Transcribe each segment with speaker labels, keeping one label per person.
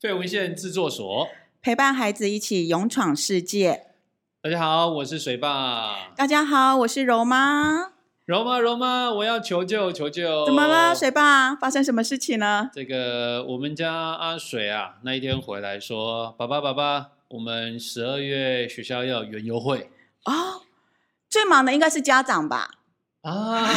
Speaker 1: 费文献制作所。
Speaker 2: 陪伴孩子一起勇闯世界。
Speaker 1: 大家好，我是水爸。
Speaker 2: 大家好，我是柔妈。
Speaker 1: 柔妈，柔妈，我要求救，求救！
Speaker 2: 怎么了，水爸？发生什么事情了？
Speaker 1: 这个我们家阿水啊，那一天回来说：“爸爸，爸爸，我们十二月学校要有园游会
Speaker 2: 哦，最忙的应该是家长吧？
Speaker 1: 啊，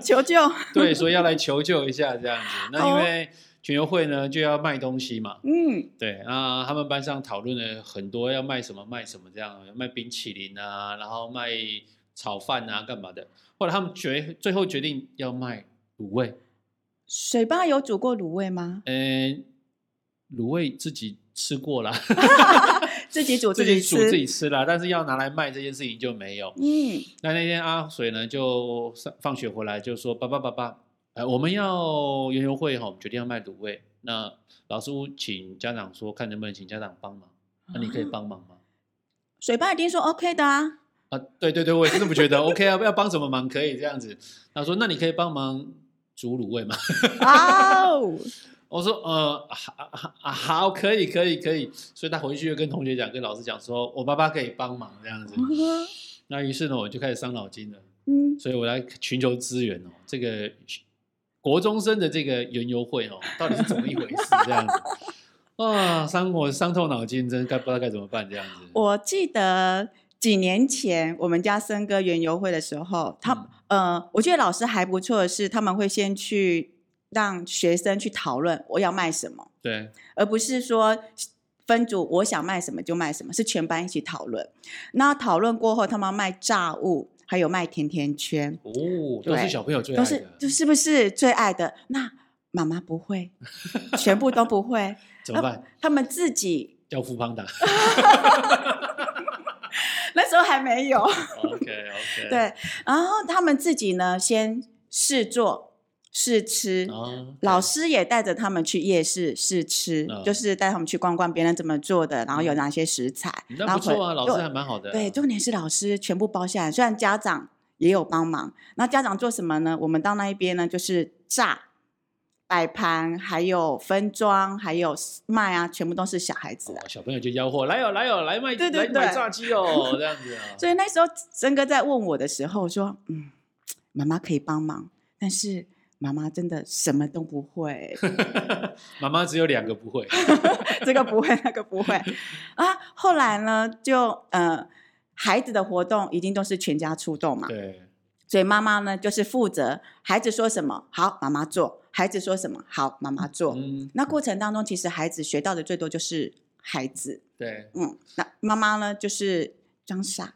Speaker 2: 求救！
Speaker 1: 对，所以要来求救一下这样子。那因
Speaker 2: 哦
Speaker 1: 为全游会呢，就要卖东西嘛。
Speaker 2: 嗯，
Speaker 1: 对，那他们班上讨论了很多，要卖什么卖什么这样，卖冰淇淋啊，然后卖炒饭啊，干嘛的。后来他们决最后决定要卖卤味，
Speaker 2: 水爸有煮过卤味吗？
Speaker 1: 嗯，卤味自己吃过啦，
Speaker 2: 自己煮
Speaker 1: 自己
Speaker 2: 吃。
Speaker 1: 煮自己吃啦，但是要拿来卖这件事情就没有。
Speaker 2: 嗯，
Speaker 1: 那那天阿水呢，就上放学回来就说：“爸爸，爸爸，呃，我们要园游会哈，我们决定要卖卤味。那老师请家长说，看能不能请家长帮忙。那你可以帮忙吗？”
Speaker 2: 水爸一定说 OK 的啊。
Speaker 1: 啊，对对对，我也是这么觉得。OK 啊， 要帮什么忙可以这样子。他说：“那你可以帮忙煮卤味吗
Speaker 2: 哦，？”
Speaker 1: 我说：“呃，啊啊啊好，可以，可以，可以。”所以他回去就跟同学讲，跟老师讲说：“我爸爸可以帮忙这 样子。”那于是呢，我就开始伤脑筋了，
Speaker 2: 嗯，
Speaker 1: 所以我来寻求资源哦。这个国中生的这个园游会哦，到底是怎么一回事？这样子啊，伤我伤透脑筋，真该不知道该怎么办这样子。
Speaker 2: 我记得几年前我们家森哥园游会的时候，他、
Speaker 1: 嗯
Speaker 2: 呃，我觉得老师还不错的是，他们会先去让学生去讨论我要卖什么，
Speaker 1: 对，
Speaker 2: 而不是说。分组我想卖什么就卖什么，是全班一起讨论。那讨论过后，他们卖炸物，还有卖甜甜圈，
Speaker 1: 哦，都是
Speaker 2: 对
Speaker 1: 小朋友最爱
Speaker 2: 都
Speaker 1: 的，
Speaker 2: 是就是不是最爱的？那妈妈不会，全部都不 会，
Speaker 1: 怎么办？
Speaker 2: 他们自己
Speaker 1: 要富邦达。
Speaker 2: 那时候还没有。
Speaker 1: OK OK，
Speaker 2: 对，然后他们自己呢，先试做试吃，
Speaker 1: 啊，
Speaker 2: 老师也带着他们去夜市试吃，
Speaker 1: 嗯
Speaker 2: 就是带他们去逛逛别人怎么做的，然后有哪些食材，然
Speaker 1: 那
Speaker 2: 后
Speaker 1: 不错啊，
Speaker 2: 回
Speaker 1: 老师
Speaker 2: 对
Speaker 1: 还蛮好的啊。
Speaker 2: 对，重点是老师全部包下来，虽然家长也有帮忙，那家长做什么呢？我们到那一边呢，就是炸。摆盘，还有分装，还有卖啊，全部都是小孩子啊
Speaker 1: 哦。小朋友就吆喝，来哦来哦，来卖
Speaker 2: 对
Speaker 1: 来
Speaker 2: 对对
Speaker 1: 买炸鸡哦，这样子 啊。
Speaker 2: 所以那时候森哥在问我的时候，我说：“嗯，妈妈可以帮忙，但是妈妈真的什么都不会，
Speaker 1: 妈妈只有两个不会，
Speaker 2: 这个不会，那个不会啊。”后来呢，就呃，孩子的活动一定都是全家出动嘛，
Speaker 1: 对，
Speaker 2: 所以妈妈呢就是负责孩子说什么好，妈妈做；孩子说什么好，妈妈做。
Speaker 1: 嗯，
Speaker 2: 那过程当中，其实孩子学到的最多就是孩子，
Speaker 1: 对，
Speaker 2: 嗯，那妈妈呢就是装傻，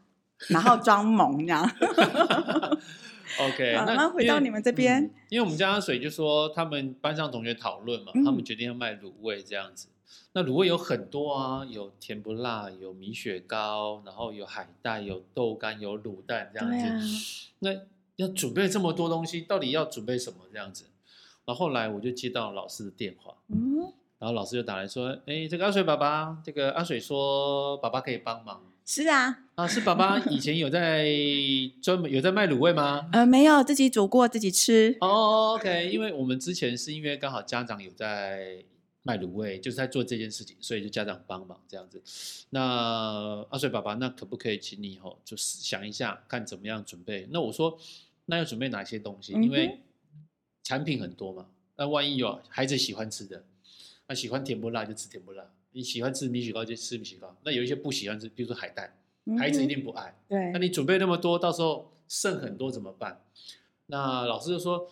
Speaker 2: 然后装萌这样。
Speaker 1: OK，
Speaker 2: 好
Speaker 1: 那
Speaker 2: 那回到
Speaker 1: 因为
Speaker 2: 你们这边
Speaker 1: 嗯因为我们家阿水就说他们班上同学讨论嘛，
Speaker 2: 嗯
Speaker 1: 他们决定要卖卤味这样子。那卤味有很多啊，有甜不辣，有米雪糕，然后有海带，有豆干，有卤蛋这样
Speaker 2: 对
Speaker 1: 子。
Speaker 2: 啊
Speaker 1: 那要准备这么多东西，到底要准备什么这样子？然后后来我就接到老师的电话，
Speaker 2: 嗯，
Speaker 1: 然后老师就打来说：“哎，这个阿水爸爸，这个阿水说爸爸可以帮忙
Speaker 2: 是啊，
Speaker 1: 啊，是爸爸以前有在专门有在卖卤味吗？”
Speaker 2: 呃，没有自己煮过自己吃。
Speaker 1: 哦、o k 因为我们之前是因为刚好家长有在卖卤味，就是在做这件事情，所以就家长帮忙这样子。那阿水爸爸，那可不可以请你吼，就是想一下看怎么样准备？那我说，那要准备哪些东西？因
Speaker 2: 嗯
Speaker 1: 为产品很多嘛，那万一有孩子喜欢吃的，那喜欢甜不辣就吃甜不辣，你喜欢吃米雪糕就吃米雪糕，那有一些不喜欢吃，比如说海带，孩子一定不爱。
Speaker 2: 嗯对
Speaker 1: 那，你准备那么多，到时候剩很多怎么办？那老师就说，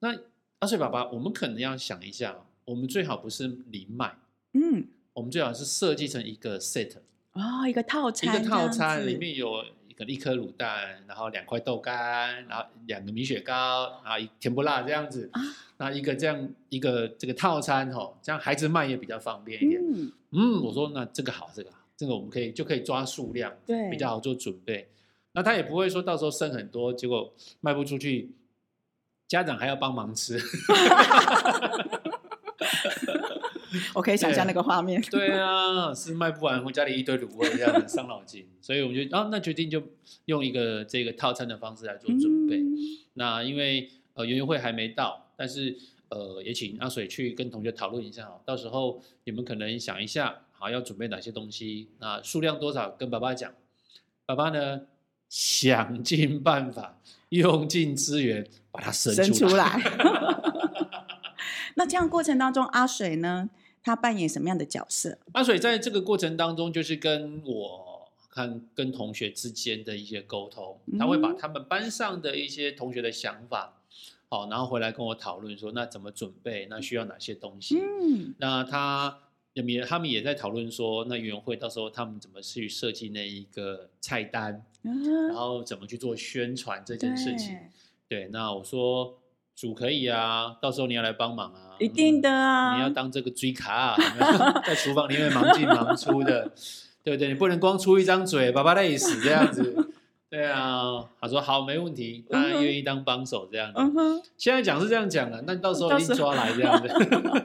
Speaker 1: 那阿水爸爸，我们可能要想一下，哦我们最好不是零卖，
Speaker 2: 嗯，
Speaker 1: 我们最好是设计成一个 set，
Speaker 2: 哦，一个套
Speaker 1: 一
Speaker 2: 餐，
Speaker 1: 个套餐里，面有一个一颗卤蛋，然后两块豆干，然后两个米雪糕，然后一甜不辣这样子
Speaker 2: 啊，
Speaker 1: 那一个这样一个这个套餐吼，这样孩子卖也比较方便一点。
Speaker 2: 嗯，
Speaker 1: 嗯，我说那这个好，这个好，这个我们可以就可以抓数量。
Speaker 2: 对，
Speaker 1: 比较好做准备。那他也不会说到时候剩很多，结果卖不出去，家长还要帮忙吃。
Speaker 2: 我可以想象那个画面。
Speaker 1: 对啊，是卖不完，回家里一堆卤味，这样很伤脑筋。所以我们就啊，那决定就用一个这个套餐的方式来做准备。
Speaker 2: 嗯
Speaker 1: 那因为呃园游会还没到，但是呃，也请阿水去跟同学讨论一下哦。到时候你们可能想一下，好要准备哪些东西，那数量多少跟爸爸讲，爸爸呢想尽办法，用尽资源把它生
Speaker 2: 生
Speaker 1: 出
Speaker 2: 出来。 那这样过程当中，阿水呢，他扮演什么样的角色？
Speaker 1: 阿水在这个过程当中，就是跟我看跟同学之间的一些沟通，他会把
Speaker 2: 嗯
Speaker 1: 他们班上的一些同学的想法，好，然后回来跟我讨论说，那怎么准备，那需要哪些东西。
Speaker 2: 嗯
Speaker 1: 那他也也他们也在讨论说，那园会到时候他们怎么去设计那一个菜单，然
Speaker 2: 啊，
Speaker 1: 后怎么去做宣传这件事情。
Speaker 2: 对，
Speaker 1: 对，那我说主可以啊，到时候你要来帮忙啊，
Speaker 2: 一定的啊。
Speaker 1: 你要当这个追卡、啊，有没 有在厨房里面忙进忙出的，对不对？你不能光出一张嘴，爸爸累死这样子。对啊，他说好，没问题，他
Speaker 2: 嗯哼
Speaker 1: 愿意当帮手这样子。
Speaker 2: 嗯哼。
Speaker 1: 现在讲是这样讲了，那到时候
Speaker 2: 到
Speaker 1: 一定
Speaker 2: 时候
Speaker 1: 抓来这 样子。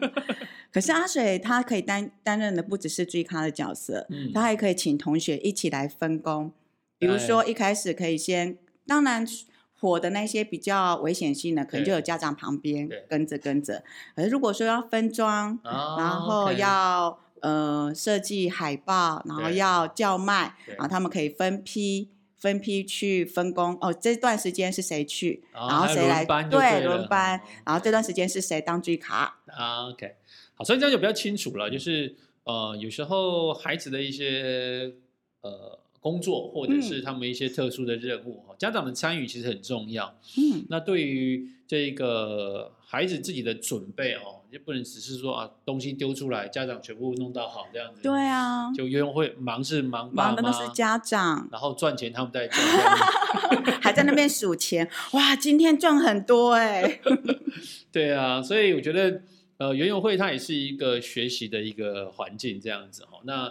Speaker 2: 可是阿水他可以担担任的不只是追咖的角色，
Speaker 1: 嗯
Speaker 2: 他还可以请同学一起来分工。比如说一开始可以先，当然火的那些比较危险性的，可能就有家长旁边
Speaker 1: 对
Speaker 2: 跟着跟着。可是如果说要分装，
Speaker 1: 啊
Speaker 2: 然后
Speaker 1: OK
Speaker 2: 要、呃设计海报，然后
Speaker 1: 对
Speaker 2: 要叫卖，
Speaker 1: 对
Speaker 2: 然后他们可以分批。分批去分工哦，这段时间是谁去，
Speaker 1: 哦
Speaker 2: 然后
Speaker 1: 还
Speaker 2: 谁
Speaker 1: 轮
Speaker 2: 来
Speaker 1: 班就对
Speaker 2: 对
Speaker 1: 了
Speaker 2: 轮班
Speaker 1: 哦，
Speaker 2: 然后这段时间是谁当追卡，
Speaker 1: 啊，OK，好，所以这样就比较清楚了，就是呃，有时候孩子的一些呃工作，或者
Speaker 2: 嗯
Speaker 1: 是他们一些特殊的任务，哦家长的参与其实很重要。
Speaker 2: 嗯，
Speaker 1: 那对于这个孩子自己的准备哦，就不能只是说啊东西丢出来，家长全部弄到好这样子。
Speaker 2: 对，啊，
Speaker 1: 就约会忙是忙爸
Speaker 2: 忙的
Speaker 1: 妈，
Speaker 2: 都是家长，
Speaker 1: 然后赚钱他们在 赚这样子。
Speaker 2: 还在那边数钱，哇，今天赚很多哎、
Speaker 1: 对啊，所以我觉得呃，园游会它也是一个学习的一个环境，这样子哈、哦。那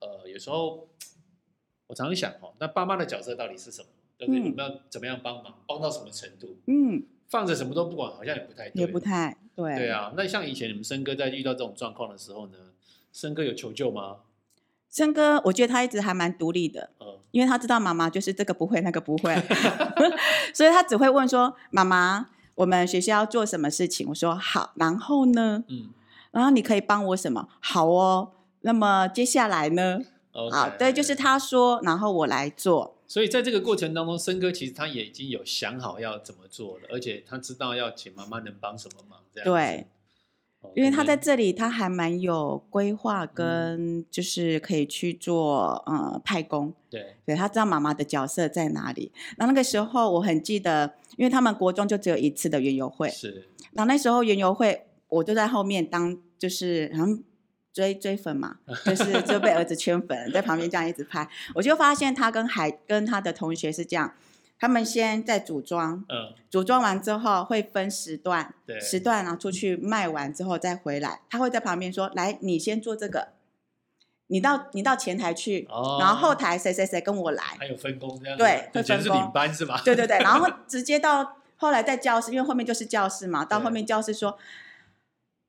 Speaker 1: 呃，有时候我常常想哦，那爸妈的角色到底是什么？对不对？
Speaker 2: 嗯
Speaker 1: 我们要怎么样帮忙，帮到什么程度？
Speaker 2: 嗯，
Speaker 1: 放着什么都不管，好像也不太对。
Speaker 2: 也不太对，
Speaker 1: 对啊。那像以前你们森哥在遇到这种状况的时候呢，森哥有求救吗？
Speaker 2: 森哥，我觉得他一直还蛮独立的，
Speaker 1: 嗯，
Speaker 2: 因为他知道妈妈就是这个不会那个不会，所以他只会问说妈妈。我们学校要做什么事情？我说好，然后呢？
Speaker 1: 嗯，
Speaker 2: 然后你可以帮我什么？好哦。那么接下来呢？
Speaker 1: o
Speaker 2: 好，对，就是。他说，然后我来做。
Speaker 1: 所以在这个过程当中，森哥其实他也已经有想好要怎么做了，而且他知道要请妈妈能帮什么忙，这样子。
Speaker 2: 对，
Speaker 1: 哦，
Speaker 2: 因为他
Speaker 1: 可能
Speaker 2: 在这里，他还蛮有规划，跟就是可以去做呃派工，
Speaker 1: 对，
Speaker 2: 对他知道妈妈的角色在哪里。那那个时候我很记得，因为他们国中就只有一次的园游会，
Speaker 1: 是，
Speaker 2: 然后那时候园游会我就在后面当就是好像追追粉 嘛，就是就被儿子圈粉，在旁边这样一直拍，我就发现他跟海跟他的同学是这样，他们先在组装，
Speaker 1: 嗯，
Speaker 2: 组装完之后会分时段，
Speaker 1: 对
Speaker 2: 时段然后出去卖完之后再回来，他会在旁边说：“来，你先做这个，你到你到前台去，
Speaker 1: 哦，
Speaker 2: 然后后台谁谁谁跟我来。
Speaker 1: 还有分工这样子，
Speaker 2: 对会
Speaker 1: 以前是
Speaker 2: 分工
Speaker 1: 领班是吧？
Speaker 2: 对对对，然后直接到后来在教室，因为后面就是教室嘛，到后面教室说。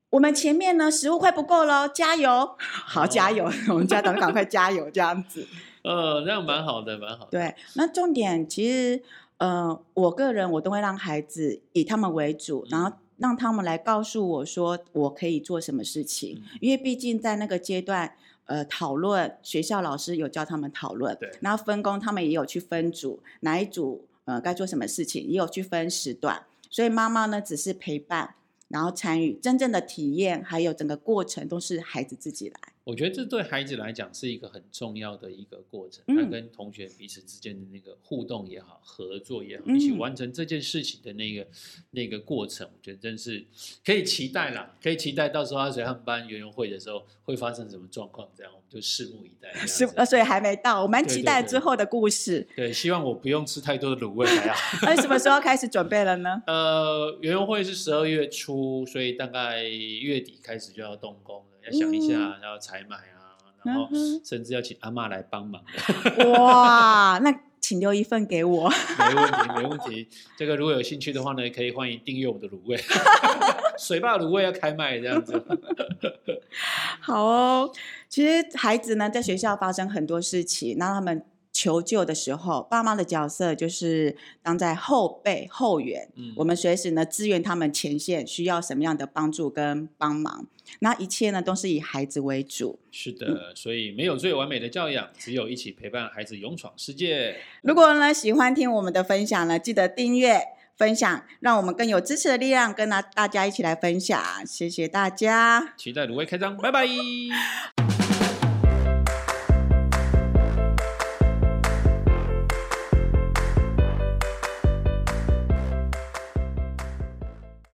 Speaker 2: 我们前面呢，食物快不够喽，加油！ 好，加油！我们家长赶快加油，这样子。
Speaker 1: 呃，那样蛮好的，蛮好的，
Speaker 2: 对，那重点其实，呃，我个人我都会让孩子以他们为主，然
Speaker 1: 嗯
Speaker 2: 后让他们来告诉我说我可以做什么事情，
Speaker 1: 嗯
Speaker 2: 因为毕竟在那个阶段，呃，讨论学校老师有教他们讨论，
Speaker 1: 对
Speaker 2: 然后分工他们也有去分组，哪一组呃该做什么事情，也有去分时段，所以妈妈呢只是陪伴。然后参与真正的体验，还有整个过程都是孩子自己来。
Speaker 1: 我觉得这对孩子来讲是一个很重要的一个过程，
Speaker 2: 嗯
Speaker 1: 他跟同学彼此之间的那个互动也好，合作也好，一起
Speaker 2: 嗯
Speaker 1: 完成这件事情的那个那个过程，我觉得真是可以期待啦，可以期待到时候阿水他们班园游会的时候会发生什么状况，这样我们就拭目以待这样
Speaker 2: 是
Speaker 1: 子。，
Speaker 2: 呃所以还没到，我蛮
Speaker 1: 对
Speaker 2: 期
Speaker 1: 对
Speaker 2: 待
Speaker 1: 对
Speaker 2: 之后的故事。
Speaker 1: 对，希望我不用吃太多的卤味才好。
Speaker 2: 那什么时候开始准备了呢？
Speaker 1: 呃，园游会是十二月初，所以大概月底开始就要动工了，要想一下，要采买啊，然后
Speaker 2: 嗯
Speaker 1: 甚至要请阿嬷来帮忙，
Speaker 2: 哇，那请留一份给 我。
Speaker 1: 没问题，没问题。这个如果有兴趣的话呢，可以欢迎订阅我们的卤 味，水坝卤味要开卖这样子。
Speaker 2: 好哦，其实孩子呢在学校发生很多事情，那他们求救的时候，爸妈的角色就是当在后备后援，
Speaker 1: 嗯
Speaker 2: 我们随时呢支援他们前线需要什么样的帮助跟帮忙。那一切呢都是以孩子为主。
Speaker 1: 是的，所以没有最完美的教养，只有一起陪伴孩子勇闯世界。
Speaker 2: 如果呢喜欢听我们的分享呢，记得订阅分享，让我们更有支持的力量，跟大大家一起来分享。谢谢大家。
Speaker 1: 期待卤味开张，拜拜。